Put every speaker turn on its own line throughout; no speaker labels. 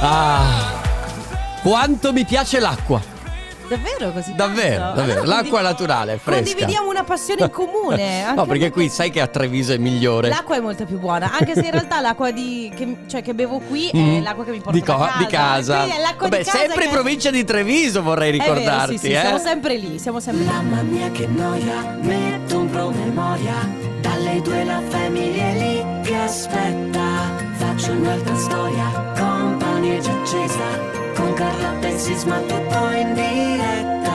Ah, quanto mi piace l'acqua.
Davvero così?
Davvero,
tanto?
davvero.
Allora
L'acqua è
condiv-
naturale, è fresca.
Condividiamo una passione in comune.
no,
anche
perché qui sai che a Treviso è migliore.
L'acqua è molto più buona, anche se in realtà l'acqua di, che, cioè, che bevo qui è
Mm.
l'acqua che mi porto
di,
da
co-
casa.
di casa.
Sì, è l'acqua
Vabbè,
di casa
sempre
che-
in provincia di Treviso vorrei
È vero,
ricordarti,
sì, sì,
eh.
siamo sempre lì, siamo sempre lì.
Mamma mia che noia, metto un promemoria. Dalle due la famiglia è lì che aspetta. Faccio un'altra storia, compagnie già accesa. Con Carlotta e Sisma tutto in diretta.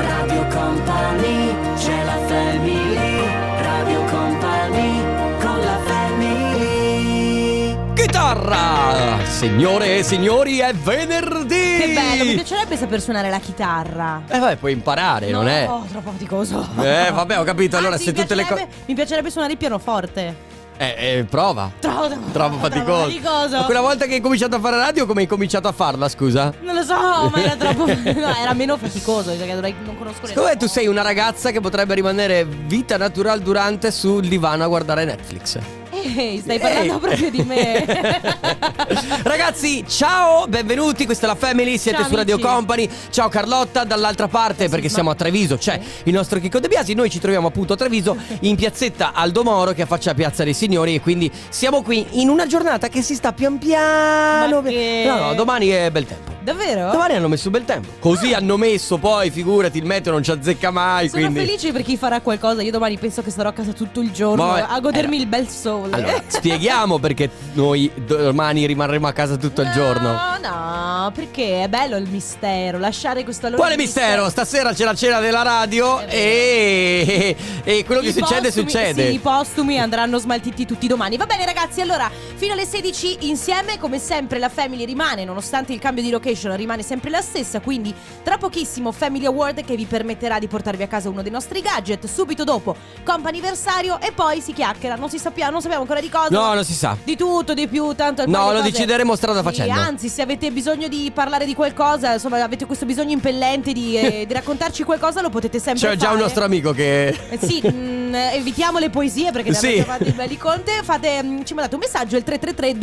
Radio Company, c'è la family. Radio Company, con la family.
Chitarra! Signore e signori, è venerdì!
Che bello, mi piacerebbe saper suonare la chitarra.
Eh vabbè, puoi imparare, non è?
Oh, troppo faticoso.
Eh, vabbè, ho capito, allora,
Anzi,
se
mi
tutte le co-
piacerebbe- Mi piacerebbe suonare il pianoforte.
Eh, eh, prova.
Troppo,
Troppo faticoso.
faticoso.
Ma quella volta che hai cominciato a fare radio, come hai cominciato a farla, scusa?
Non lo so, ma era troppo. no, era meno faticoso. Perché dovrei... non conosco le
Secondo me tu sei una ragazza che potrebbe rimanere vita natural durante sul divano a guardare Netflix.
Ehi, stai parlando
Ehi.
proprio di me.
Ragazzi, ciao, benvenuti, questa è la Family, siete
Ciao,
su Radio
amici.
Company. Ciao Carlotta, dall'altra parte perché
Sisma.
siamo a Treviso, c'è il nostro Chicco De Biasi, noi ci troviamo appunto a Treviso in piazzetta Aldo Moro che affaccia Piazza dei Signori e quindi siamo qui in una giornata che si sta pian piano.
Ma che-
No, no, domani è bel tempo.
Davvero?
Oh. Domani hanno messo bel tempo. Così hanno messo poi, figurati, il meteo non ci azzecca mai,
Ah. Sono
quindi
felice per chi farà qualcosa. Io domani penso che sarò a casa tutto il giorno
Boh,
a godermi
eh,
il bel sole.
Allora, spieghiamo perché noi domani rimarremo a casa tutto il giorno.
No, no, perché è bello il mistero, lasciare questo
Quale mistero? Stasera c'è la cena della radio
È vero.
e, e quello che
I
succede
postumi-
succede.
Sì, i postumi andranno smaltiti tutti domani. Va bene, ragazzi. Allora, fino alle 16 insieme, come sempre, la Family rimane, nonostante il cambio di location, rimane sempre la stessa. Quindi, tra pochissimo, Family Award che vi permetterà di portarvi a casa uno dei nostri gadget. Subito dopo, comp'anniversario e poi si chiacchiera. Non si sappia, non sappiamo ancora di cosa.
no, non si sa.
Di tutto, di più, tanto
No,
alcune
lo
cose-
decideremo strada
Sì,
facendo.
Anzi, se avete bisogno di parlare di qualcosa, insomma, avete questo bisogno impellente di, eh, di raccontarci qualcosa, lo potete sempre
C'è
fare.
già un nostro amico che.
Eh, Sì, mm, evitiamo le poesie perché ne
Sì.
abbiamo fatto i belli conte. Fate, mm, ci mandate un messaggio il 333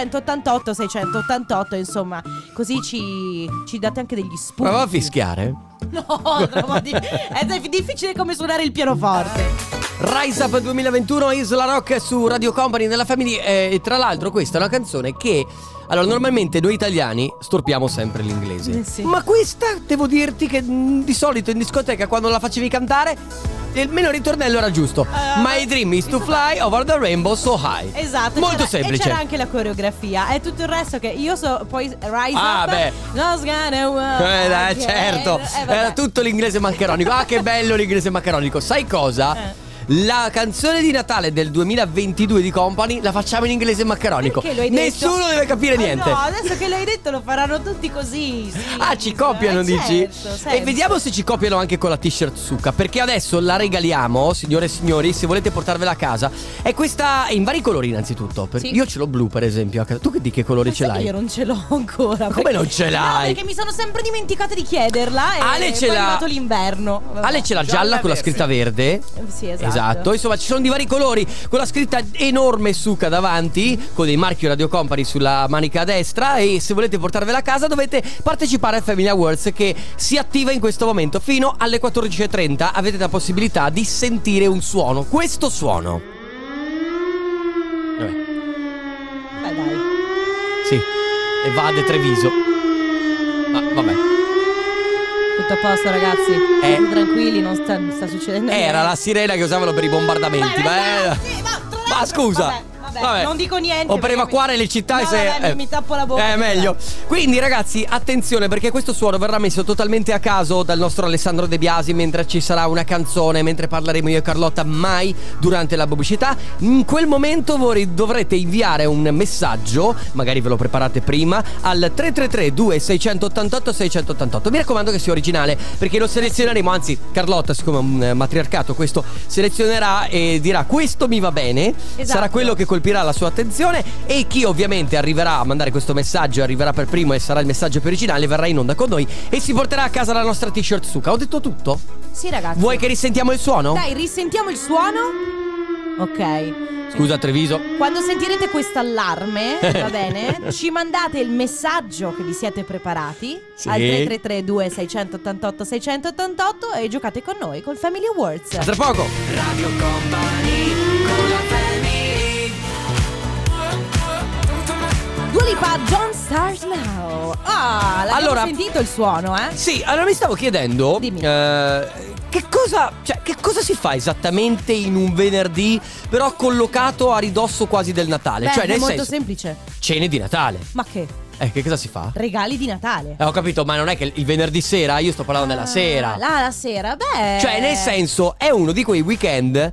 2688 688, insomma, così ci, ci date anche degli spunti.
Prova a fischiare.
No, troppo di- è dif- difficile come suonare il pianoforte.
Rise Up 2021 Isla Rock su Radio Company nella Family. eh, E tra l'altro, questa è una canzone che. Allora, normalmente noi italiani storpiamo sempre l'inglese.
Eh sì.
Ma questa devo dirti che mh, di solito in discoteca quando la facevi cantare, almeno il ritornello era giusto.
Eh,
My dream is to fly over the rainbow so high.
Esatto,
Molto
c'era-
semplice.
E c'era anche la coreografia. È tutto il resto che io so. Poi Rise
Ah,
Up.
beh.
No, sgane.
Eh, dai, certo,
Eh,
era tutto l'inglese maccheronico. Ah, che bello l'inglese maccheronico. Sai cosa?
Eh.
La canzone di Natale del 2022 di Company la facciamo in inglese maccheronico.
Perché lo hai
Nessuno
detto?
deve capire
Eh
niente.
no, adesso che l'hai detto lo faranno tutti così. sì.
Ah, ci copiano,
Eh,
dici?
certo,
e
sempre.
vediamo se ci copiano anche con la t-shirt succa. Perché adesso la regaliamo, signore e signori, se volete portarvela a casa. È questa in vari colori, innanzitutto. Per-
Sì.
Io ce l'ho blu, per esempio, a casa. Tu che di che colore
Ma
ce
sai che
l'hai?
Io non ce l'ho ancora.
Come non ce l'hai?
No, perché mi sono sempre dimenticata di chiederla. E
Ale ce
poi è
l'ha-
arrivato l'inverno. Vabbè.
Ale ce l'ha gialla, con la scritta verde.
Eh, Sì, esatto.
Esatto. insomma ci sono di vari colori con la scritta enorme suca davanti con dei marchi Radio Company sulla manica a destra e se volete portarvela a casa dovete partecipare al Family Awards che si attiva in questo momento fino alle 14.30 avete la possibilità di sentire un suono, questo suono. Vabbè,
Beh, dai.
sì, evade Treviso. Ma vabbè.
Tutto a posto, ragazzi.
Eh.
State Tranquilli, non sta, non sta succedendo niente.
Era la sirena che usavano per i bombardamenti.
Beh,
ma,
beh, sì, ma tra l'altro-
ma scusa,
vabbè, vabbè, non dico niente,
O per
perché
evacuare
mi-
le città e
No,
se.
vabbè, mi- mi tappo la bocca,
È
vabbè.
meglio. Quindi, ragazzi, attenzione perché questo suono verrà messo totalmente a caso dal nostro Alessandro De Biasi mentre ci sarà una canzone, mentre parleremo io e Carlotta. Mai durante la pubblicità. In quel momento voi dovrete inviare un messaggio, magari ve lo preparate prima, al 333-2688-688. Mi raccomando che sia originale perché lo selezioneremo. Anzi, Carlotta, siccome è un eh, matriarcato, questo selezionerà e dirà: Questo mi va bene.
Esatto.
Sarà quello che colpirà la sua attenzione. E chi ovviamente arriverà a mandare questo messaggio, arriverà per primo e sarà il messaggio più originale, verrà in onda con noi e si porterà a casa la nostra t-shirt suca. Ho detto tutto?
Sì, ragazzi.
Vuoi che risentiamo il suono?
Dai, risentiamo il suono. ok?
Scusa Treviso.
Quando sentirete questo allarme, va bene, ci mandate il messaggio che vi siete preparati
Sì.
al 333 688 688 e giocate con noi col Family Awards.
A tra poco.
Radio Company con la family
Dua Lipa, John Stars Now. Ah, l'abbiamo
Allora-
sentito il suono, eh?
Sì, allora mi stavo chiedendo
Dimmi.
eh, che, cosa, cioè, che cosa si fa esattamente in un venerdì però collocato a ridosso quasi del Natale?
Beh,
cioè,
è
nel
molto
senso,
semplice.
cene di Natale.
Ma che?
Eh, che cosa si fa?
Regali di Natale.
Eh, ho capito, ma non è che il venerdì sera, io sto parlando Ah, della sera.
Ah, La, eh. la sera, beh.
Cioè, nel senso, è uno di quei weekend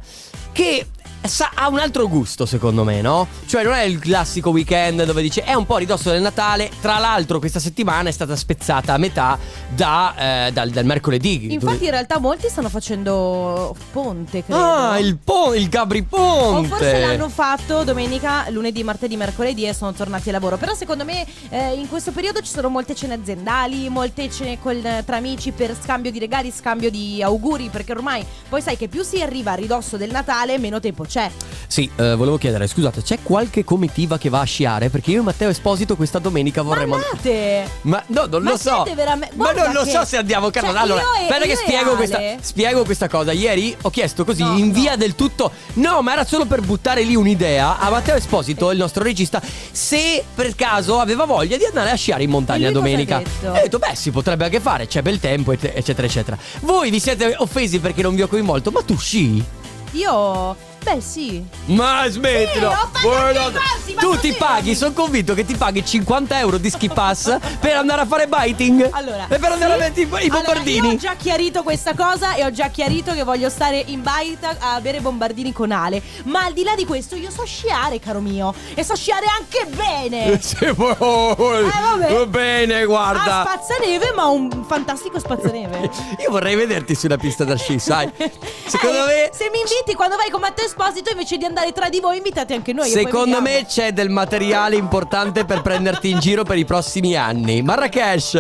che sa- ha un altro gusto, secondo me, no? Cioè, non è il classico weekend dove dice è un po' a ridosso del Natale. Tra l'altro, questa settimana è stata spezzata a metà da, eh, dal, dal mercoledì.
Infatti, in realtà, molti stanno facendo ponte, credo.
Ah, il, po- il Gabri
O
Ponte!
forse l'hanno fatto domenica, lunedì, martedì, mercoledì e sono tornati a lavoro. Però secondo me eh, in questo periodo ci sono molte cene aziendali, molte cene col- tra amici per scambio di regali, scambio di auguri, perché ormai poi sai che più si arriva a ridosso del Natale meno tempo c'è.
Sì, eh, volevo chiedere, scusate, c'è qualche comitiva che va a sciare? Perché io e Matteo Esposito questa domenica vorremmo...
Ma andate!
Ma no, non
Ma
lo so.
siete veramente-
Ma
guarda
non lo
che-
so se andiamo Carlo.
Cioè,
allora,
io e-
aspetta
io
che
e
spiego
Ale-
questa, spiego questa cosa. Ieri ho chiesto così
No,
in
no.
via del tutto. No, ma era solo per buttare lì un'idea a Matteo Esposito, il nostro regista, se per caso aveva voglia di andare a sciare in montagna
E lui cosa
domenica.
ha detto?
E ho detto, beh, si potrebbe anche fare, c'è bel tempo, et- eccetera, eccetera. Voi vi siete offesi perché non vi ho coinvolto, ma tu sci?
Io... Beh sì.
Ma smettilo!
Sì, ho pagato i passi, ma
tu
così
ti
non-
paghi, sono convinto che ti paghi 50 euro di ski pass per andare a fare biting
Allora,
e per andare
sì.
a mettere i- i
Allora,
bombardini.
io ho già chiarito questa cosa e ho già chiarito che voglio stare in baita a bere bombardini con Ale. Ma al di là di questo, io so sciare, caro mio. E so sciare anche bene.
Se vuoi.
Eh,
Va bene,
A
guarda.
Ah, spazzaneve, ma un fantastico spazzaneve.
Io vorrei vederti sulla pista da sci, sai? Secondo
Eh,
me.
Se mi inviti quando vai con Matteo Esposito, invece di andare tra di voi, invitate anche noi. e poi
Secondo
vediamo.
me c'è del materiale importante per prenderti in giro per i prossimi anni.
Eh,
Marrakesh.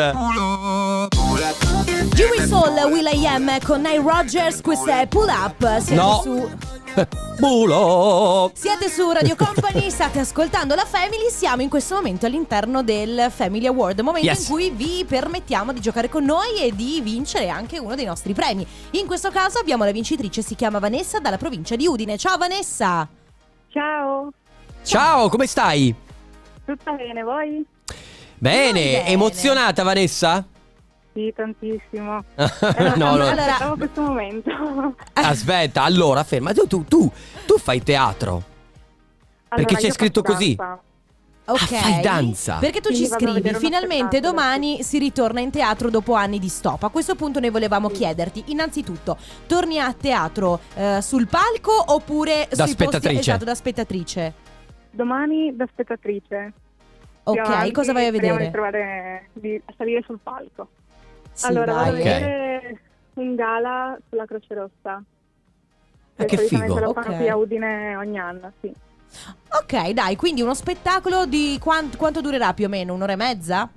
Jimmy Soul, Will I Am con Nile Rogers. Questa è Pull Up. Siete
No.
su.
Bulo.
Siete su Radio Company, state ascoltando la Family, siamo in questo momento all'interno del Family Award, momento
Yes.
in cui vi permettiamo di giocare con noi e di vincere anche uno dei nostri premi. In questo caso abbiamo la vincitrice, si chiama Vanessa dalla provincia di Udine. Ciao Vanessa!
Ciao,
Ciao, come stai?
tutto bene voi?
Bene,
Noi bene.
emozionata Vanessa?
Sì, tantissimo.
no, no.
Allora-
Aspettavo questo momento.
Aspetta, allora ferma. Tu, tu, tu, tu fai teatro. Perché c'è
io
scritto
faccio
così.
danza.
Ok.
Ah, fai danza.
Perché tu
Quindi
ci
vado a
scrivi,
vedere uno
finalmente
spettacolo,
domani si ritorna in teatro dopo anni di stop. A questo punto noi volevamo chiederti, innanzitutto, torni a teatro eh, sul palco oppure
Da
sui posti-
spettatrice.
esatto, da spettatrice.
Domani da spettatrice. Più
Ok,
avanti
cosa vai a
speriamo
vedere?
Di trovare di salire sul palco.
Sì,
allora, vado a
dai.
vedere un gala sulla Croce Rossa.
Ah, che
solitamente
figo.
la
Ok.
fanno qui a Udine ogni anno, sì.
Ok, dai, quindi uno spettacolo di quan- quanto durerà più o meno? Un'ora e mezza?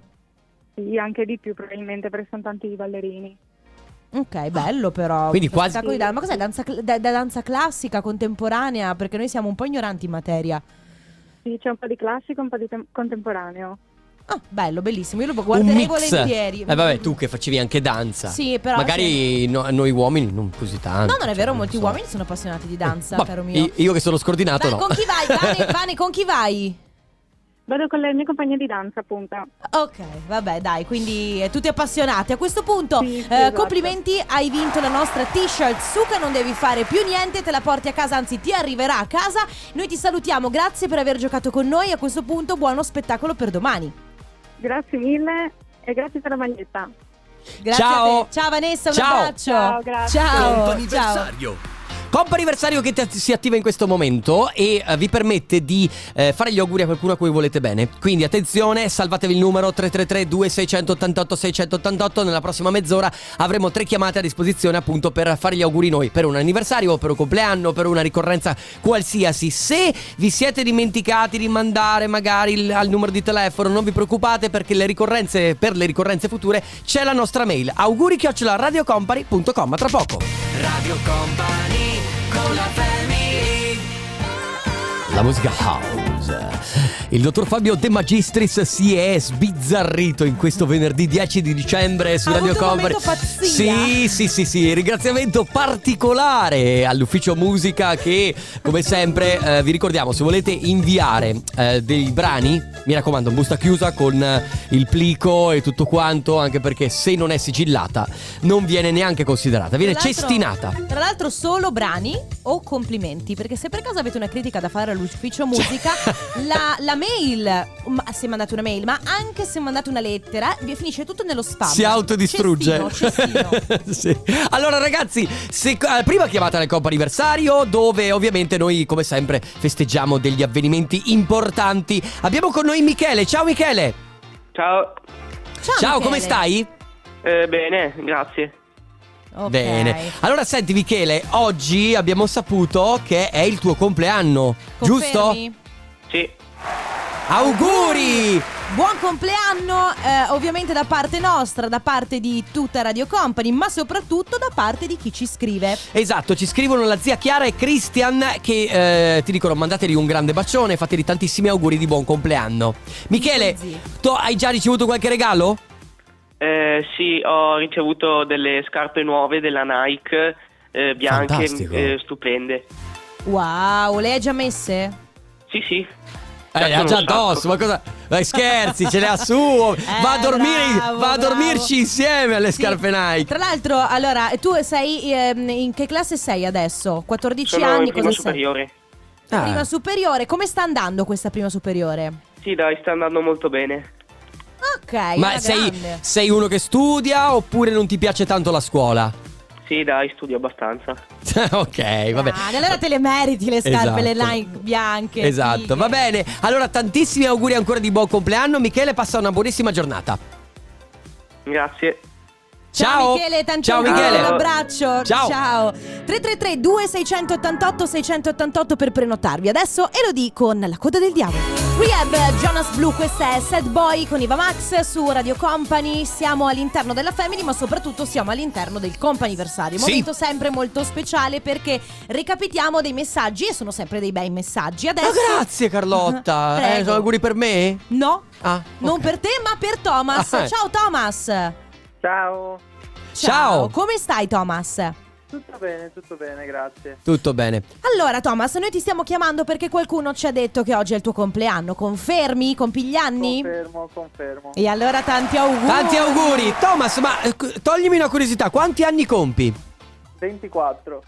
Sì, anche di più probabilmente perché sono tanti i ballerini.
Ok, bello però.
Ah. Quindi
Uno
quasi-
spettacolo di dan- Ma cos'è danza, cl- da- da danza classica, contemporanea? Perché noi siamo un po' ignoranti in materia.
Sì, c'è un po' di classico, un po' di tem- contemporaneo.
Ah, bello, bellissimo. Io lo
Un
guarderei
mix.
volentieri.
Eh vabbè, tu che facevi anche danza.
Sì, però
Magari no- noi uomini non così tanto.
No, non
cioè,
è vero,
non
molti
so.
uomini sono appassionati di danza,
Vabbè,
caro mio.
i- Io che sono scordinato,
Dai,
no.
con chi vai? Vane, Vane, con chi vai?
Vado con le mie compagne di danza, appunto.
Ok, vabbè, dai, quindi eh, tutti appassionati. A questo punto,
Sì, sì,
eh,
esatto.
complimenti, hai vinto la nostra t-shirt su che non devi fare più niente, te la porti a casa, anzi ti arriverà a casa. Noi ti salutiamo, grazie per aver giocato con noi. A questo punto, buono spettacolo per domani.
Grazie mille e grazie per la maglietta.
Grazie
Ciao.
a te. Ciao Vanessa, un
Ciao.
abbraccio.
Ciao, grazie.
Ciao. ciao.
Comp'anniversario che ti- si attiva in questo momento e eh, vi permette di eh, fare gli auguri a qualcuno a cui volete bene. Quindi attenzione, salvatevi il numero 333-2688-688. Nella prossima mezz'ora avremo tre chiamate a disposizione appunto per fare gli auguri noi per un anniversario, per un compleanno, per una ricorrenza qualsiasi. Se vi siete dimenticati di mandare magari il- al numero di telefono, non vi preoccupate perché le ricorrenze, per le ricorrenze future c'è la nostra mail. Auguri chiocciola radiocompany.com. A tra poco. Radio Company con la family. la musica house. Il dottor Fabio De Magistris si è sbizzarrito in questo venerdì 10 di dicembre su
Ha
Radio
avuto un
Company.
momento pazzia.
Sì, sì, sì, sì, ringraziamento particolare all'ufficio musica che come sempre eh, vi ricordiamo se volete inviare eh, dei brani, mi raccomando, in busta chiusa con eh, il plico e tutto quanto, anche perché se non è sigillata non viene neanche considerata, viene
Tra l'altro-
cestinata.
Tra l'altro solo brani o complimenti, perché se per caso avete una critica da fare
Cioè.
all'ufficio musica, la, la mail, ma se mandate una mail, ma anche se mandate una lettera, vi finisce tutto nello spam.
Si autodistrugge.
Cestino, cestino.
Sì. Allora, ragazzi, se- eh, prima chiamata nel Coppa Anniversario, dove ovviamente noi, come sempre, festeggiamo degli avvenimenti importanti. Abbiamo con noi Michele. Ciao Michele!
Ciao,
Ciao,
Ciao,
Michele.
come stai?
Eh, bene, grazie.
Ok.
Bene. Allora, senti, Michele, oggi abbiamo saputo che è il tuo compleanno,
Confermi?
giusto?
Sì,
Auguri!
Buon compleanno eh, ovviamente da parte nostra, da parte di tutta Radio Company, ma soprattutto da parte di chi ci scrive.
Esatto, ci scrivono la zia Chiara e Christian che eh, ti dicono mandateli un grande bacione, fateli tantissimi auguri di buon compleanno. Michele,
Zii.
tu hai già ricevuto qualche regalo?
Eh, sì, ho ricevuto delle scarpe nuove della Nike, eh, bianche,
Fantastico.
eh, stupende.
Wow, le hai già messe?
Sì, sì.
Eh, le ha
Piacciono
già
un sacco.
addosso, ma cosa? Dai, scherzi, ce le ha suo. va a dormire,
Eh, bravo,
va a
bravo.
dormirci insieme alle
Sì.
scarpe Nike.
Tra l'altro, allora, tu sei ehm, in che classe sei adesso? 14
Sono
anni,
in prima
cosa
superiore.
sei?
Ah.
Prima superiore, come sta andando questa prima superiore?
Sì, dai, sta andando molto bene.
Ok,
Ma
una
sei,
grande.
sei uno che studia oppure non ti piace tanto la scuola?
Sì, dai, studio abbastanza.
ok, va bene.
Ah, allora te le meriti le scarpe, le
Esatto.
Nike bianche.
Esatto,
fighe.
va bene. Allora, tantissimi auguri ancora di buon compleanno. Michele, passa una buonissima giornata.
Grazie.
Ciao.
Ciao Michele, tanti
Ciao,
auguri,
Michele.
un abbraccio.
Ciao.
333 2688 688 per prenotarvi. Adesso Elodie con la coda del diavolo. Rehab eh, Jonas Blue, questa è Sad Boy con Iva Max su Radio Company. Siamo all'interno della Family, ma soprattutto siamo all'interno del companiversario.
Sì.
Momento sempre molto speciale perché ricapitiamo dei messaggi e sono sempre dei bei messaggi. Adesso
Ma grazie Carlotta.
Prego.
Eh, sono auguri per me?
No,
Ah, ok.
non per te, ma per Thomas.
Ah, eh.
Ciao Thomas. Ciao.
Ciao,
Ciao.
Come stai Thomas?
tutto bene, tutto bene, grazie.
Tutto bene.
Allora, Thomas, noi ti stiamo chiamando perché qualcuno ci ha detto che oggi è il tuo compleanno. Confermi? Compi gli anni?
Confermo, confermo.
E allora tanti auguri.
Tanti auguri. Thomas, ma eh, cu- toglimi una curiosità, quanti anni compi?
24.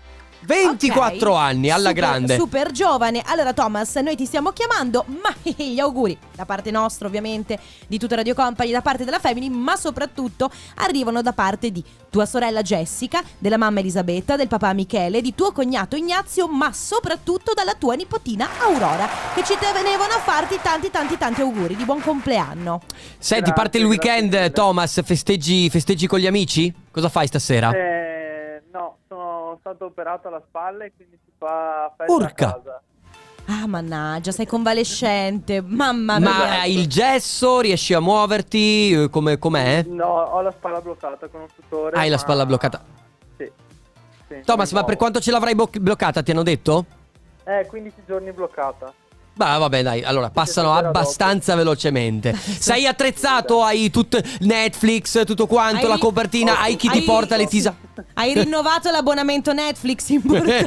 24
Ok.
anni, alla
Super-
grande.
Super giovane. Allora, Thomas, noi ti stiamo chiamando, ma gli auguri da parte nostra, ovviamente, di tutta Radio Company, da parte della Family, ma soprattutto arrivano da parte di tua sorella Jessica, della mamma Elisabetta, del papà Michele, di tuo cognato Ignazio, ma soprattutto dalla tua nipotina Aurora, che ci tenevano a farti tanti, tanti, tanti auguri di buon compleanno.
Senti,
Grazie,
parte il
grazie
weekend,
mille.
Thomas, festeggi, festeggi con gli amici? Cosa fai stasera?
Eh, no, sono stato operato alla spalla e quindi si fa festa
Urca.
a casa.
Ah, mannaggia, sei convalescente, mamma mia.
Ma Ah, eh, hai il gesso, riesci a muoverti? Eh, Come, com'è?
No, ho la spalla bloccata con un tutore.
Hai la
ma-
spalla bloccata.
Sì. Sì,
Thomas,
mi
ma per
muovo.
quanto ce l'avrai bo- bloccata, ti hanno detto?
Eh, 15 giorni bloccata.
Bah, vabbè, dai, allora passano
stasera dopo.
abbastanza velocemente. Sei attrezzato? Hai tutto Netflix, tutto quanto,
Hai-
la copertina, hai chi ti
hai-
porta le tisa.
Hai rinnovato l'abbonamento Netflix, importante.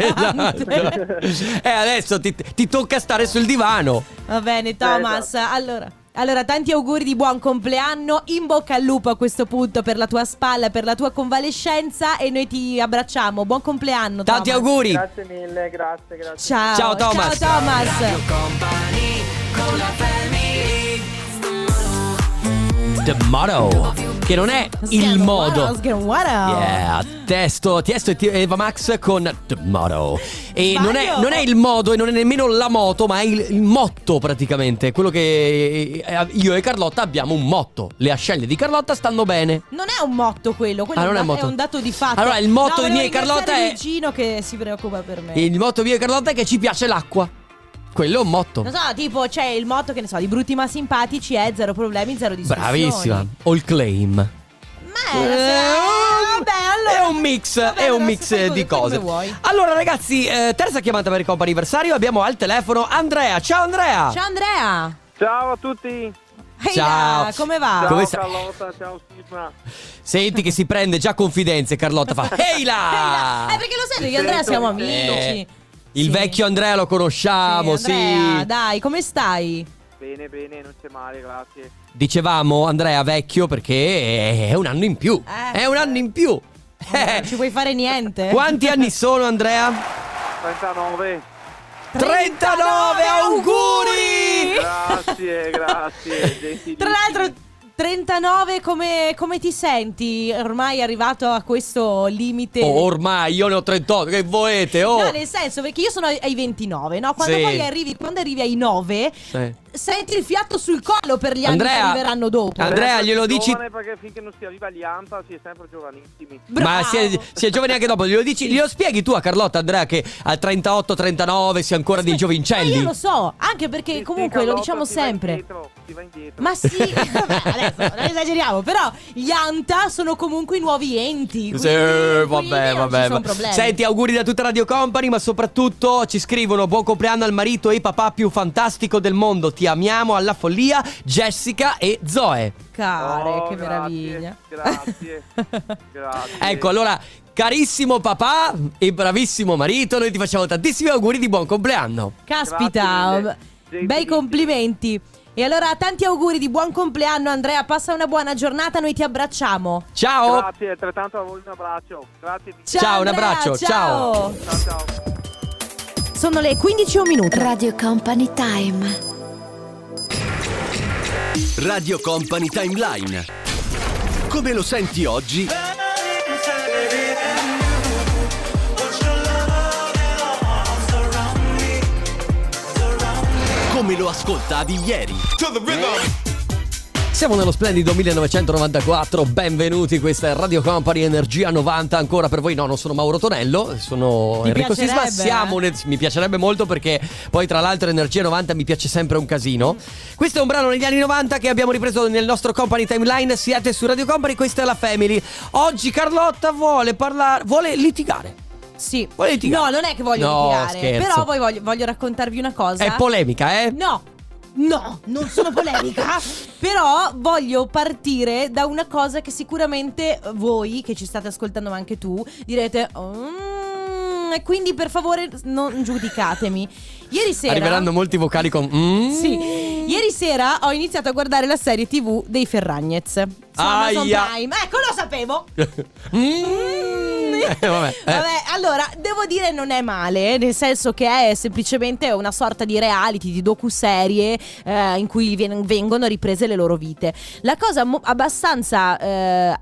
Eh, esatto. E adesso ti, ti tocca stare sul divano.
Va bene, Thomas. Allora, allora, tanti auguri di buon compleanno. In bocca al lupo a questo punto per la tua spalla, per la tua convalescenza. E noi ti abbracciamo. Buon compleanno.
Tanti
Thomas.
auguri.
Grazie mille, grazie, grazie.
Ciao,
Ciao, Thomas.
Ciao, Thomas.
Tomorrow, che non è il
Sgherwara,
modo.
sgherwara.
Yeah,
Oh.
testo, Tiesto e Ti- Eva Max con Tomorrow. E
Sbaglio?
non è, non è il modo e non è nemmeno la moto, ma è il, il motto praticamente. Quello che eh, io e Carlotta abbiamo un motto. Le ascelle di Carlotta stanno bene.
Non è un motto quello, quello
Ah, non
è,
è
un
un
da-
motto.
un dato di fatto.
Allora, il motto di
volevo
me e Carlotta
ringraziare
è-
Luigino che si preoccupa per me.
Il motto di io e Carlotta è che ci piace l'acqua. Quello è un motto.
Non so, tipo c'è il motto che ne so, di brutti ma simpatici è zero problemi, zero discussioni.
Bravissima. All claim.
Ma è- eh, Ah, vabbè,
è Eh, un mix,
Va bene,
è un
adesso
mix
fai
eh,
come-
di
fai come
cose.
vuoi.
Allora ragazzi, eh, terza chiamata per il compa anniversario, abbiamo al telefono Andrea. Ciao Andrea.
Ciao Andrea.
Ciao a tutti.
Ehi
Ciao.
là, Ah, come va?
Ciao.
Ciao
Come sta-
Carlotta, ciao Sisma.
Senti che si prende già confidenze, Carlotta fa "Ehi là!"
Eh, perché lo sai noi che Andrea
Sento,
siamo amici.
sento.
Eh, Il
Sì.
vecchio Andrea lo conosciamo, sì.
Andrea, dai, come stai?
Bene, bene, non c'è male, grazie.
Dicevamo Andrea vecchio perché è un anno in più.
Eh,
è un anno in più. Eh.
Non ci puoi fare niente.
Quanti anni sono Andrea?
39.
39 auguri!
Grazie, grazie. gentilissimi.
Tra l'altro 39 come, come ti senti? Ormai arrivato a questo limite.
Oh, ormai io ne ho 38, che volete? Oh.
No, nel senso, perché io sono ai- ai 29, no? Quando
Sì.
poi arrivi, quando arrivi ai 9,
Sì.
senti il fiatto sul collo per gli anni che
Andrea-
arriveranno dopo.
And- Andrea,
Sempre
glielo dici-
giovane Perché finché non si arriva agli AMPA si è sempre giovanissimi.
Bravo.
Ma si è, si è giovani anche dopo, glielo dici, glielo spieghi tu a Carlotta Andrea che al 38, 39 si è ancora dei
Ma io
giovincelli?
lo so, anche perché
Sì, sì,
comunque lo
Carlotta,
diciamo
si va
sempre.
indietro, si va indietro.
Ma sì, vabbè, adesso non esageriamo, però gli ANTA sono comunque i nuovi enti. Quindi,
Sì, vabbè,
quindi non ci
vabbè.
sono
vabbè.
problemi.
Senti, auguri da tutta Radio Company, ma soprattutto ci scrivono buon compleanno al marito e papà più fantastico del mondo. Ti amiamo alla follia, Jessica e Zoe.
Care,
Oh,
che
grazie,
meraviglia.
grazie, grazie.
Ecco, allora, carissimo papà e bravissimo marito, noi ti facciamo tantissimi auguri di buon compleanno.
Grazie
Caspita,
mille, gentilissimi.
bei complimenti. E allora tanti auguri di buon compleanno Andrea, passa una buona giornata, noi ti abbracciamo.
Ciao!
Grazie, altrettanto a voi un abbraccio. Grazie mille.
Ciao, un
Andrea,
abbraccio, ciao.
Ciao ciao.
Sono le 15 e un minuto.
Radio Company Time.
Radio Company Timeline. Come lo senti oggi? Come lo ascoltavi ieri?
Siamo nello splendido 1994, benvenuti, questa è Radio Company Energia 90 ancora per voi, no non sono Mauro Tonello, sono
Ti
Enrico Sisma,
piacerebbe,
siamo
eh?
nel- mi piacerebbe molto perché poi tra l'altro Energia 90 mi piace sempre un casino. Questo è un brano negli anni 90 che abbiamo ripreso nel nostro Company Timeline, siete su Radio Company, questa è la Family. Oggi Carlotta vuole parlare, vuole litigare.
Sì.
Vuoi litigare?
No, non è che voglio
No,
litigare,
scherzo.
però poi voglio, voglio raccontarvi una cosa.
È polemica, eh?
No, no, non sono polemica. Però voglio partire da una cosa che sicuramente voi che ci state ascoltando, ma anche tu, direte. "Mm", e quindi per favore non giudicatemi. Ieri sera.
Arriveranno molti vocali con mm.
Sì, ieri sera ho iniziato a guardare la serie TV dei Ferragnez. Su Amazon
Aia.
Prime. Ecco, lo sapevo.
Mm. Eh, vabbè. eh.
Vabbè, allora, devo dire non è male, nel senso che è semplicemente una sorta di reality, di docuserie eh, in cui ven- vengono riprese le loro vite. La cosa mo- abbastanza eh,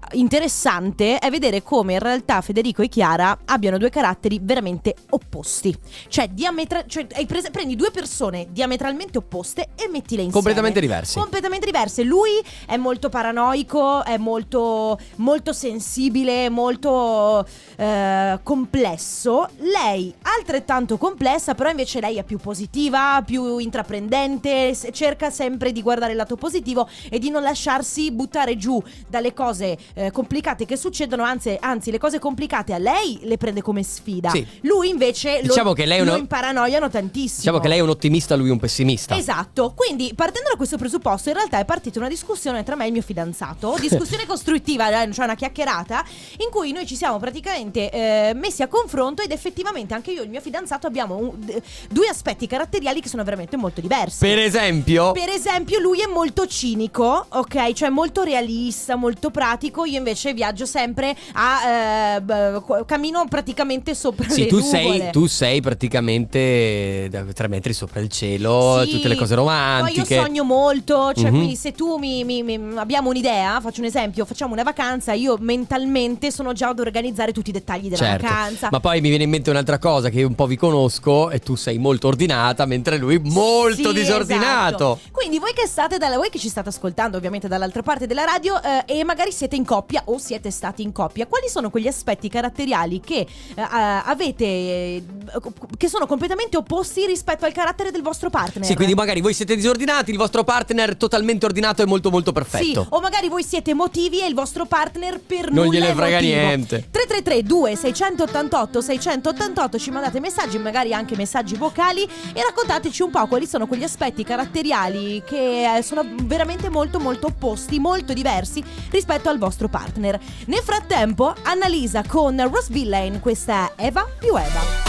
interessante è vedere come in realtà Federico e Chiara abbiano due caratteri veramente opposti. Cioè, diametra- cioè, hai prese- prendi due persone diametralmente opposte e mettile insieme.
Completamente diversi.
Completamente diverse. Lui è molto paranoico, è molto, molto sensibile, molto eh, complesso. Lei altrettanto complessa, però invece lei è più positiva, più intraprendente, s- cerca sempre di guardare il lato positivo e di non lasciarsi buttare giù dalle cose eh, complicate che succedono, anzi, anzi le cose complicate a lei le prende come sfida.
Sì.
Lui invece lo-
Diciamo che lei è
lo
una-
imparanoiano tantissimo.
Diciamo che lei è un ottimista, lui è un pessimista.
Esatto, quindi partendo da questo presupposto in realtà è partita una discussione tra me e il mio fidanzato, discussione costruttiva, eh, cioè una chiacchierata, in cui noi ci siamo praticamente eh, messi a confronto ed effettivamente anche io e il mio fidanzato abbiamo un- d- due aspetti caratteriali che sono veramente molto diversi.
Per esempio,
Per esempio, lui è molto cinico, ok? Cioè molto realista, molto pratico. Io invece viaggio sempre a eh, b- co- cammino praticamente sopra
Sì,
le
tu
nuvole.
sei, tu sei praticamente da tre metri sopra il cielo,
Sì.
tutte le cose
Poi
romantiche.
io sogno molto, cioè
Mhm.
quindi se tu mi, mi- mi- abbiamo un'idea, faccio un esempio, facciamo una vacanza, io mentalmente sono già ad organizzare tutti i dettagli della
Certo.
vacanza.
Ma poi mi viene in mente un'altra cosa che un po' vi conosco e tu sei molto ordinata, mentre lui molto
Sì,
disordinato.
esatto. Quindi voi che state dalla, voi che ci state ascoltando ovviamente dall'altra parte della radio eh, e magari siete in coppia o siete stati in coppia, quali sono quegli aspetti caratteriali che eh, ah, avete eh, che sono completamente opposti rispetto al carattere del vostro partner?
Sì, quindi magari voi siete disordinati, il vostro partner è totalmente ordinato e molto molto perfetto.
Sì, o magari voi siete emotivi e il vostro partner per
Non
nulla
gliene
è
frega
emotivo.
niente.
333 2688 688 ci mandate messaggi, magari anche messaggi vocali e raccontateci un po' quali sono quegli aspetti caratteriali che eh, sono veramente molto molto opposti, molto diversi rispetto al vostro partner. Nel frattempo, Annalisa con Ross Villain, questa è Eva più Eva.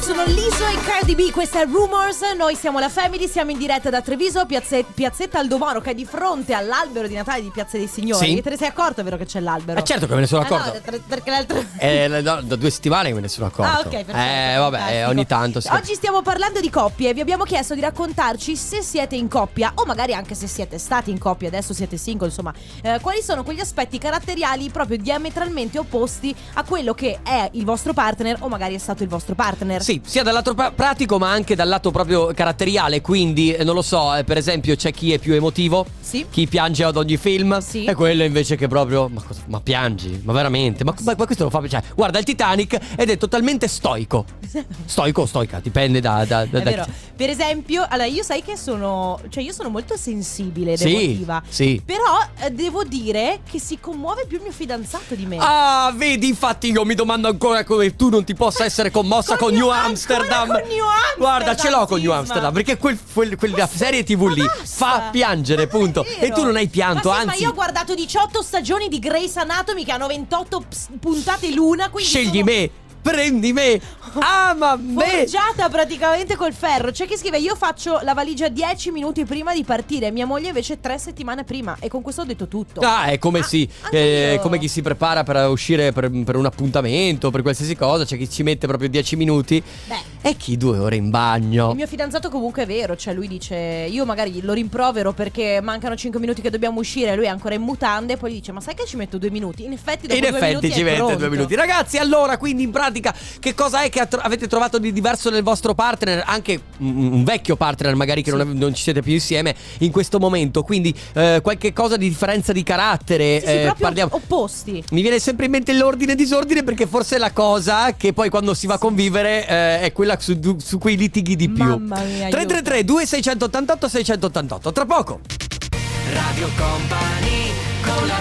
Sono Liso e Cardi B, questa è Rumors, noi siamo la Family, siamo in diretta da Treviso, piazze- piazzetta Aldovoro che è di fronte all'albero di Natale di Piazza dei Signori.
Sì.
E Te ne sei accorto vero che c'è l'albero?
Eh, certo che me ne sono
Ah, no,
accorto.
per- perché l'altro...
Eh, le- no, da due settimane che me ne sono accorto.
Ah, ok, perfetto.
Eh, vabbè, eh,
fantastico.
ogni tanto. Sì.
Oggi stiamo parlando di coppie. Vi abbiamo chiesto di raccontarci se siete in coppia o magari anche se siete stati in coppia, adesso siete single, insomma, eh, quali sono quegli aspetti caratteriali proprio diametralmente opposti a quello che è il vostro partner o magari è stato il vostro partner.
Sì, sia dal lato pra- pratico ma anche dal lato proprio caratteriale, quindi eh, non lo so, eh, per esempio c'è chi è più emotivo,
Sì.
chi piange ad ogni film,
Sì.
e quello invece che proprio, ma, cosa- ma piangi, ma veramente, ma, ma- ma questo lo fa cioè, guarda il Titanic ed è totalmente stoico, stoico o stoica, dipende da... da, da-
È
da-
vero. Per esempio, allora io sai che sono, cioè io sono molto sensibile ed
Sì,
emotiva.
sì.
Però eh, devo dire che si commuove più il mio fidanzato di me.
Ah, vedi, infatti io mi domando ancora come tu non ti possa essere commossa con,
Con
New
New-
Amsterdam.
ancora con New Amsterdam,
Guarda, ce l'ho con New
sisma.
Amsterdam perché quel- quel- quella serie TV lì
Ma basta.
fa piangere,
Ma non è
punto.
vero.
E tu non hai pianto,
ma sì,
anzi.
Ma io ho guardato 18 stagioni di Grey's Anatomy che hanno 28 ps- puntate l'una, quindi
Scegli
sono
me, prendi me, ama me.
Forgiata praticamente col ferro. C'è chi scrive: Io faccio la valigia 10 minuti prima di partire, mia moglie invece 3 settimane prima. E con questo ho detto tutto.
Ah, è come
Ah,
sì,
anche
eh,
io.
come chi si prepara per uscire per, per un appuntamento, per qualsiasi cosa, c'è chi ci mette proprio 10 minuti
Beh.
e chi due ore in bagno.
Il mio fidanzato comunque è vero, cioè lui dice io magari lo rimprovero perché mancano 5 minuti che dobbiamo uscire, lui è ancora in mutande e poi dice ma sai che ci metto due minuti? In effetti dopo
In
due
effetti
minuti
ci
è
mette
pronto.
due minuti. Ragazzi, allora, quindi in pratica, che cosa è che attro- avete trovato di diverso nel vostro partner? Anche un, un vecchio partner, magari che non, ave- non ci siete più insieme in questo momento. Quindi, eh, qualche cosa di differenza di carattere.
Sì, sì,
eh,
proprio
parliamo.
opposti.
Mi viene sempre in mente l'ordine e disordine perché forse è la cosa che poi quando si va a convivere eh, è quella su, du- su cui litighi di più.
Mamma mia, aiuto.
333 2688 688. Tra poco. Radio Company con la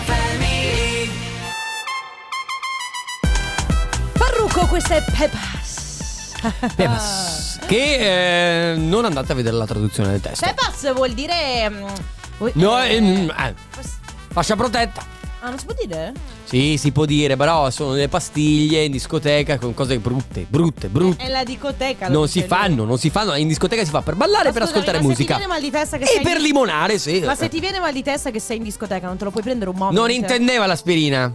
Parrucco, questa è Pepas.
Che eh, non andate a vedere la traduzione del testo.
Pepas vuol dire... mm, vuol-
No,
eh,
eh, mm, eh,
quest-
fascia protetta.
Ah, non si può dire?
Sì, si può dire, però sono delle pastiglie in discoteca con cose brutte, brutte,
È
brutte.
la discoteca. lo
Mm. Non si
dice lui.
fanno, non si fanno. In discoteca si fa per ballare e
Ma
per
scusami,
ascoltare
ma se ti
musica.
viene mal di testa che
e
sei
per
lì-
limonare, sì.
Ma se ti viene mal di testa che sei in discoteca non te lo puoi prendere un momento. cioè,
Non intendeva l'aspirina.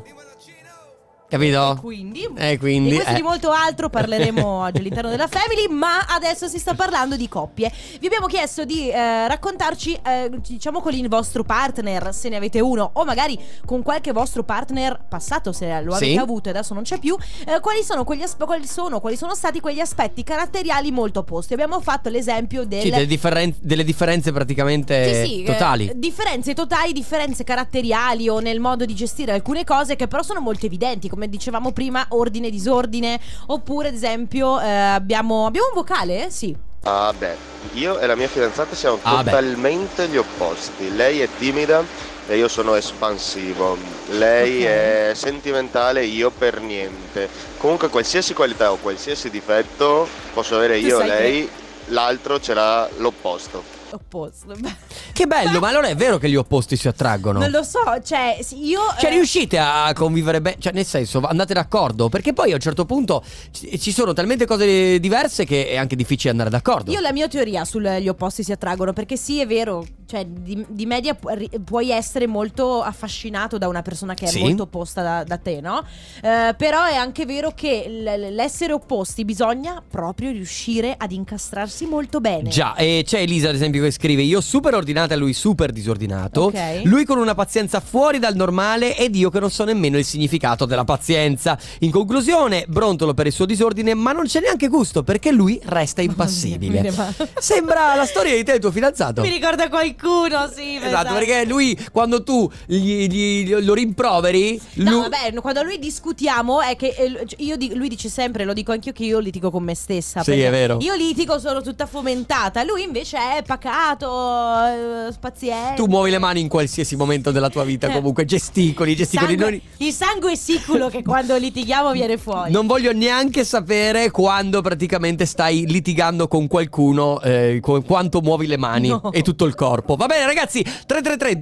Capito?
E quindi,
E quindi,
di questo e
eh.
di molto altro parleremo oggi all'interno della Family, ma adesso si sta parlando di coppie. Vi abbiamo chiesto di eh, raccontarci, eh, diciamo, con il vostro partner, se ne avete uno, o magari con qualche vostro partner passato, se lo avete
Sì.
avuto e adesso non c'è più, eh, quali, sono quegli aspe- quali, sono, quali sono stati quegli aspetti caratteriali molto opposti. Abbiamo fatto l'esempio del...
Sì, delle, differen- delle differenze praticamente
Sì, sì, eh,
totali.
differenze totali, differenze caratteriali o nel modo di gestire alcune cose che però sono molto evidenti, come dicevamo prima, ordine, disordine, oppure ad esempio eh, abbiamo, abbiamo un vocale? Sì.
Ah beh, io e la mia fidanzata siamo
Ah, beh.
totalmente gli opposti. Lei è timida e io sono espansivo. Lei
Ok.
è sentimentale, io per niente. Comunque qualsiasi qualità o qualsiasi difetto posso avere
Tu
io o
sai che-
lei, l'altro ce l'ha l'opposto.
Opposto.
Che bello, ma allora è vero che gli opposti si attraggono.
Non lo so, cioè sì, io...
Cioè,
eh,
riuscite a convivere bene? Cioè, nel senso, andate d'accordo? Perché poi a un certo punto ci ci sono talmente cose diverse che è anche difficile andare d'accordo.
Io ho la mia teoria sugli opposti si attraggono, perché sì, è vero, cioè, di, di media pu- ri- puoi essere molto affascinato da una persona che è
Sì.
molto opposta da, da te, no? Eh, però è anche vero che l- l'essere opposti bisogna proprio riuscire ad incastrarsi molto bene.
Già, e c'è Elisa ad esempio che scrive Io super ordinata e lui super disordinato
Ok.
Lui con una pazienza fuori dal normale Ed io che non so nemmeno il significato della pazienza In conclusione, brontolo per il suo disordine Ma non c'è neanche gusto perché lui resta
Mi ne
impassibile
va.
Sembra la storia di te e il tuo fidanzato
Mi ricorda qualcuno, sì.
Esatto, perché lui quando tu gli- gli- lo rimproveri
No,
lui-
vabbè, no, quando noi discutiamo è che eh, l- io di- lui dice sempre, lo dico anch'io, che io litigo con me stessa.
Sì,
perché
è vero.
Io litigo, sono tutta fomentata. Lui invece è pacato, eh, spaziente.
Tu muovi le mani in qualsiasi momento della tua vita
Eh.
comunque Gesticoli, gesticoli
Sangue-
non-
Il sangue è siculo che quando litighiamo viene fuori.
Non voglio neanche sapere quando praticamente stai litigando con qualcuno, eh, con quanto muovi le mani
No.
e tutto il corpo. Va bene ragazzi, 333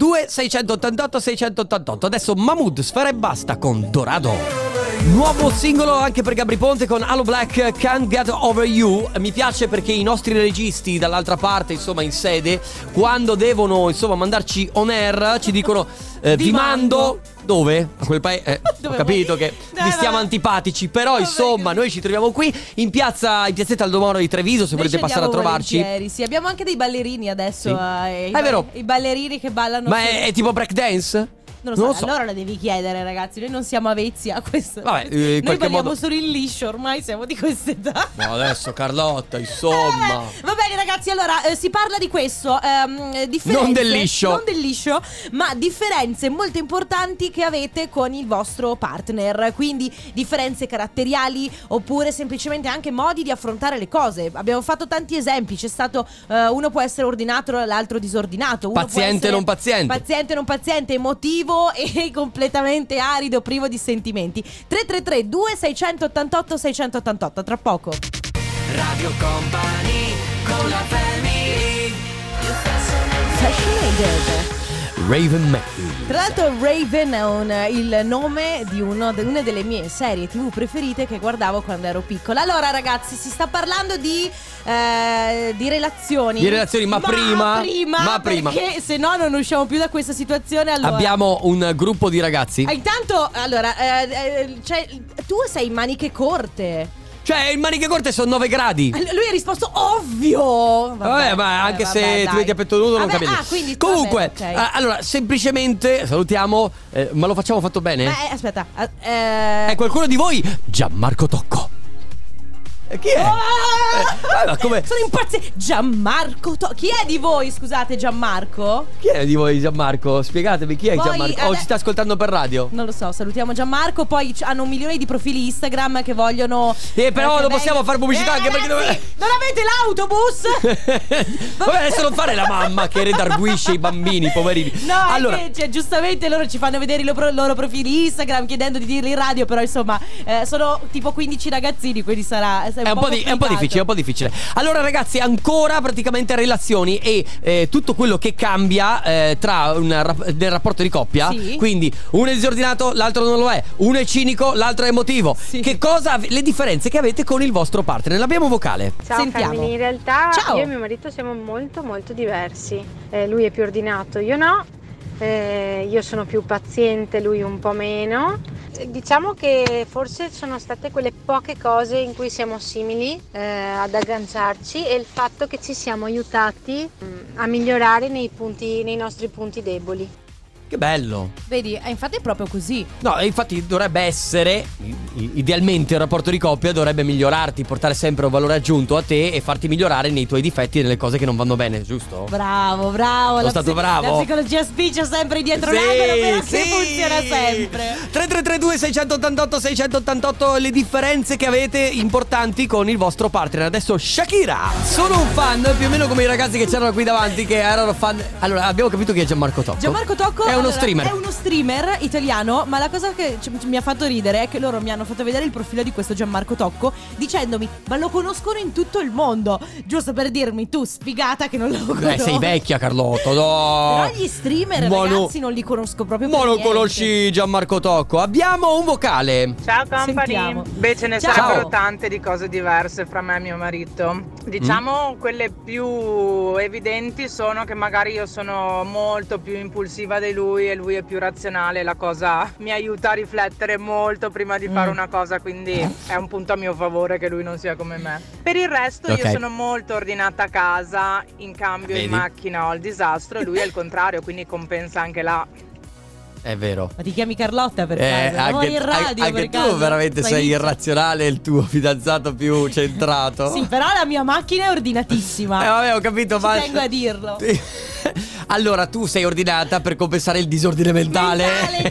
2688 688. Adesso Mahmood, Sfera e Basta con Dorado. Nuovo singolo anche per Gabri Ponte con Halo Black Can't Get Over You. Mi piace perché i nostri registi dall'altra parte, insomma, in sede, quando devono, insomma, mandarci on air, ci dicono eh,
Vi
vi mando,
mando.
dove? A quel paese. eh, ho
Dove
capito
vuoi?
che
Dai,
vi stiamo
vabbè.
antipatici, però
Vabbè,
insomma,
che-
noi ci troviamo qui in piazza in piazzetta Aldomoro di Treviso, se
Noi
volete passare a
scendiamo
trovarci.
volentieri, Sì, abbiamo anche dei ballerini adesso.
Sì.
eh, i,
È vero.
I ballerini che ballano.
Ma
su-
è, è tipo break dance?
Non lo so, allora la devi chiedere, ragazzi. Noi non siamo avezzi a questo.
Vabbè, eh, in
Noi
qualche
parliamo
modo-
solo in liscio, ormai siamo di quest'età.
No, adesso Carlotta, insomma.
Eh, Va bene ragazzi, allora eh, si parla di questo, ehm, eh, differenze-
Non del liscio.
non del liscio, ma differenze molto importanti che avete con il vostro partner, quindi differenze caratteriali oppure semplicemente anche modi di affrontare le cose. Abbiamo fatto tanti esempi, c'è stato eh, uno può essere ordinato, l'altro disordinato, uno può
Paziente,
essere
non paziente.
Paziente non paziente, emotivo e completamente arido, privo di sentimenti. 333 2688 688, tra poco. Fascinated.
Raven Mac.
Tra l'altro Raven è un- il nome di uno- de- una delle mie serie tv preferite che guardavo quando ero piccola. Allora ragazzi si sta parlando di, eh, di relazioni.
Di relazioni, ma prima-
prima,
ma prima.
Perché se no non usciamo più da questa situazione. Allora,
Abbiamo un gruppo di ragazzi.
Ah, Intanto, allora, eh, eh, cioè, tu sei in maniche corte.
Cioè, il maniche corte sono 9 gradi.
All- Lui ha risposto ovvio.
Vabbè, ma anche
eh,
se
vabbè,
ti
dai.
vedi a petto nudo non
Vabbè,
cambia niente.
Ah, quindi
Comunque,
vabbè, ok.
ah, allora, semplicemente salutiamo, eh, ma lo facciamo fatto bene?
Ma, eh, aspetta, ah, eh,
È qualcuno di voi? Gianmarco Tocco. E Chi è?
Ah!
Eh, ma come-
Sono impazzito. Gianmarco. To- chi è di voi, scusate, Gianmarco?
Chi è di voi Gianmarco? Spiegatemi chi è
Poi,
Gianmarco? O
eh,
ci sta ascoltando per radio?
Non lo so, salutiamo Gianmarco. Poi c- hanno un milione di profili Instagram che vogliono.
Eh, però
che
non
venga- Eh,
possiamo fare pubblicità anche perché
ragazzi, Non avete l'autobus?
Vabbè, adesso non fare la mamma che redarguisce i bambini, poverini.
No,
allora,
allora, cioè, giustamente loro ci fanno vedere i loro, loro profili Instagram chiedendo di dirli in radio, però insomma eh, sono tipo 15 ragazzini, quindi sarà... eh,
È un, po di- è un po'
complicato.
difficile, è un po' difficile. Allora, ragazzi, ancora praticamente relazioni e eh, tutto quello che cambia eh, tra un rap- nel rapporto di coppia.
Sì.
Quindi uno è disordinato, l'altro non lo è, uno è cinico, l'altro è emotivo.
Sì.
Che cosa av- le differenze che avete con il vostro partner? L'abbiamo vocale.
Ciao
Sentiamo.
Carmine, in realtà
Ciao.
io e mio marito siamo molto molto diversi. Eh, lui è più ordinato, io no. Eh, io sono più paziente, lui un po' meno. Eh, Diciamo che forse sono state quelle poche cose in cui siamo simili eh, ad agganciarci e il fatto che ci siamo aiutati mm, a migliorare nei, punti- nei nostri punti deboli.
Che bello.
Vedi, eh, infatti è proprio così.
No, e infatti dovrebbe essere, i- i- idealmente il rapporto di coppia dovrebbe migliorarti, portare sempre un valore aggiunto a te e farti migliorare nei tuoi difetti e nelle cose che non vanno bene, giusto?
Bravo, bravo.
Sono
la
stato
psi-
bravo.
La psicologia spiccia sempre dietro l'angolo, però che funziona sempre.
3332 688 688 le differenze che avete importanti con il vostro partner. Adesso Shakira. Sono un fan più o meno come i ragazzi che c'erano qui davanti che erano fan. Allora, abbiamo capito chi è Gianmarco Tocco.
Gianmarco Tocco
è un uno
Allora,
streamer.
È uno streamer italiano, ma la cosa che ci- mi ha fatto ridere è che loro mi hanno fatto vedere il profilo di questo Gianmarco Tocco dicendomi "Ma lo conoscono in tutto il mondo". Giusto per dirmi tu sfigata che non lo conosco.
Eh, sei vecchia Carlotto, no.
Però gli streamer
Mo non-
ragazzi non li conosco proprio
Mo
per
non
niente.
conosci Gianmarco Tocco. Abbiamo un vocale.
Ciao
Sentiamo.
company! Beh, ce ne
Ciao.
sarebbero tante di cose diverse fra me e mio marito.
Mm.
Diciamo quelle più evidenti sono che magari io sono molto più impulsiva di lui e lui è più razionale, la cosa mi aiuta a riflettere molto prima di fare
Mm.
una cosa, quindi è un punto a mio favore che lui non sia come me. Per il resto
Ok.
io sono molto ordinata a casa, in cambio
Vedi?
in macchina ho il disastro e lui è il contrario, quindi compensa anche là.
È vero.
Ma ti chiami Carlotta per
Eh,
caso? No, in radio
anche
per
tu
caso.
veramente
Sai
sei
chi-
irrazionale e il tuo fidanzato più centrato.
Sì, però la mia macchina è ordinatissima.
Eh, vabbè, ho capito,
Ci
ma.
tengo a dirlo.
allora, tu sei ordinata per compensare il disordine mentale.
Mentale,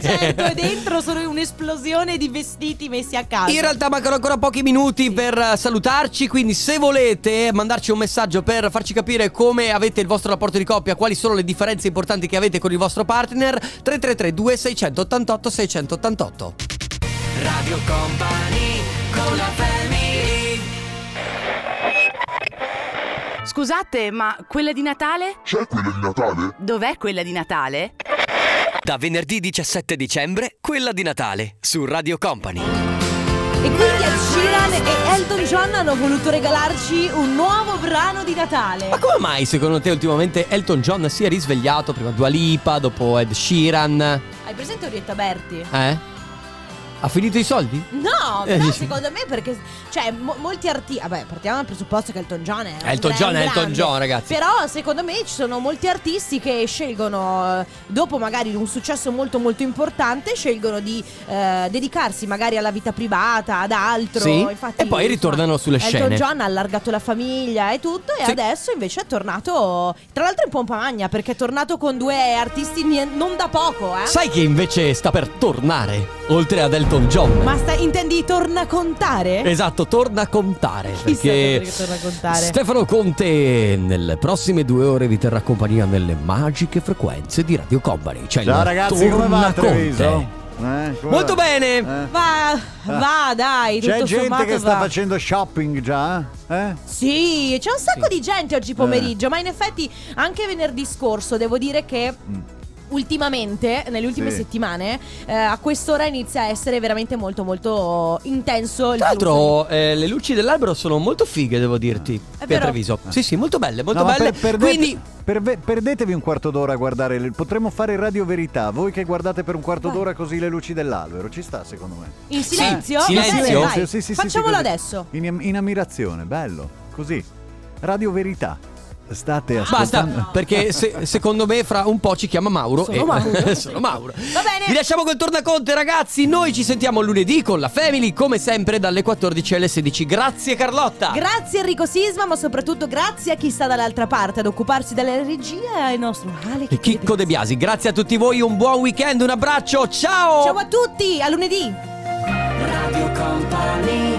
certo, e dentro sono un'esplosione di vestiti messi a caso.
In realtà mancano ancora pochi minuti per eh, salutarci, quindi se volete mandarci un messaggio per farci capire come avete il vostro rapporto di coppia, quali sono le differenze importanti che avete con il vostro partner, 333 2688 688. Radio Company con la
Scusate, ma quella di Natale?
C'è quella di Natale?
Dov'è quella di Natale?
Da venerdì 17 dicembre, quella di Natale, su Radio Company.
E quindi Ed Sheeran e Elton John hanno voluto regalarci un nuovo brano di Natale.
Ma come mai secondo te ultimamente Elton John si è risvegliato prima Dua Lipa, dopo Ed Sheeran?
Hai presente Orietta Berti?
Eh? Ha finito i soldi?
No,
Eh,
però
dici-
secondo me perché. Cioè, mo- molti artisti. Vabbè, partiamo dal presupposto che Elton John è. un
Elton
gran
John è Elton
grande.
John, ragazzi.
Però secondo me ci sono molti artisti che scelgono, eh, dopo magari un successo molto, molto importante, scelgono di eh, dedicarsi magari alla vita privata, ad altro.
Sì,
Infatti,
e poi ritornano sulle scene.
Elton John ha allargato la famiglia e tutto, e
Sì.
adesso invece è tornato. Tra l'altro in pompa magna, perché è tornato con due artisti nien- non da poco, eh.
Sai che invece sta per tornare, oltre ad Elton John.
Ma sta- intendi torna a contare?
Esatto, torna a contare.
Chissà
perché
perché torna a contare.
Stefano Conte nelle prossime due ore vi terrà compagnia nelle magiche frequenze di Radio Company. C'è
Ciao
il
ragazzi, come
Cioè,
va
Torna
a
Conte.
Treviso? Eh, come
Molto
va?
bene.
Eh.
Va, va, dai, tutto
C'è gente
sommato
che sta
va.
facendo shopping già? Eh?
Sì, c'è un sacco di gente oggi pomeriggio, ma in effetti anche venerdì scorso devo dire che ultimamente, nelle ultime
Sì.
settimane, eh, a quest'ora inizia a essere veramente molto molto intenso il
Tra
flusso
l'altro, eh, le luci dell'albero sono molto fighe, devo dirti. qui
È
a
vero.
Treviso. Sì, sì, molto belle, molto
Eh. No, ma
belle.
per- perdete-
Quindi,
perve- perdetevi un quarto d'ora a guardare. le- potremmo fare radio verità. Voi che guardate per un quarto
Vai.
d'ora così le luci dell'albero. Ci sta, secondo me.
di- In silenzio?
Eh,
Va bene, dai,
Sì, sì, sì, sì,
Facciamolo
così.
adesso.
In, in ammirazione, bello. Così. Radio verità. State
basta,
ascoltando.
perché se- secondo me fra un po' ci chiama Mauro.
Sono
e-
Mauro.
sono Mauro.
Va bene.
Vi lasciamo col tornaconte, ragazzi. Noi ci sentiamo lunedì con la Family, come sempre, dalle 14 alle 16. Grazie, Carlotta.
Grazie Enrico Sisma, ma soprattutto grazie a chi sta dall'altra parte ad occuparsi della regia e il nostro Ale.
E Chicco De Biasi, grazie a tutti voi, un buon weekend, un abbraccio, ciao!
Ciao a tutti, a lunedì.
Radio Company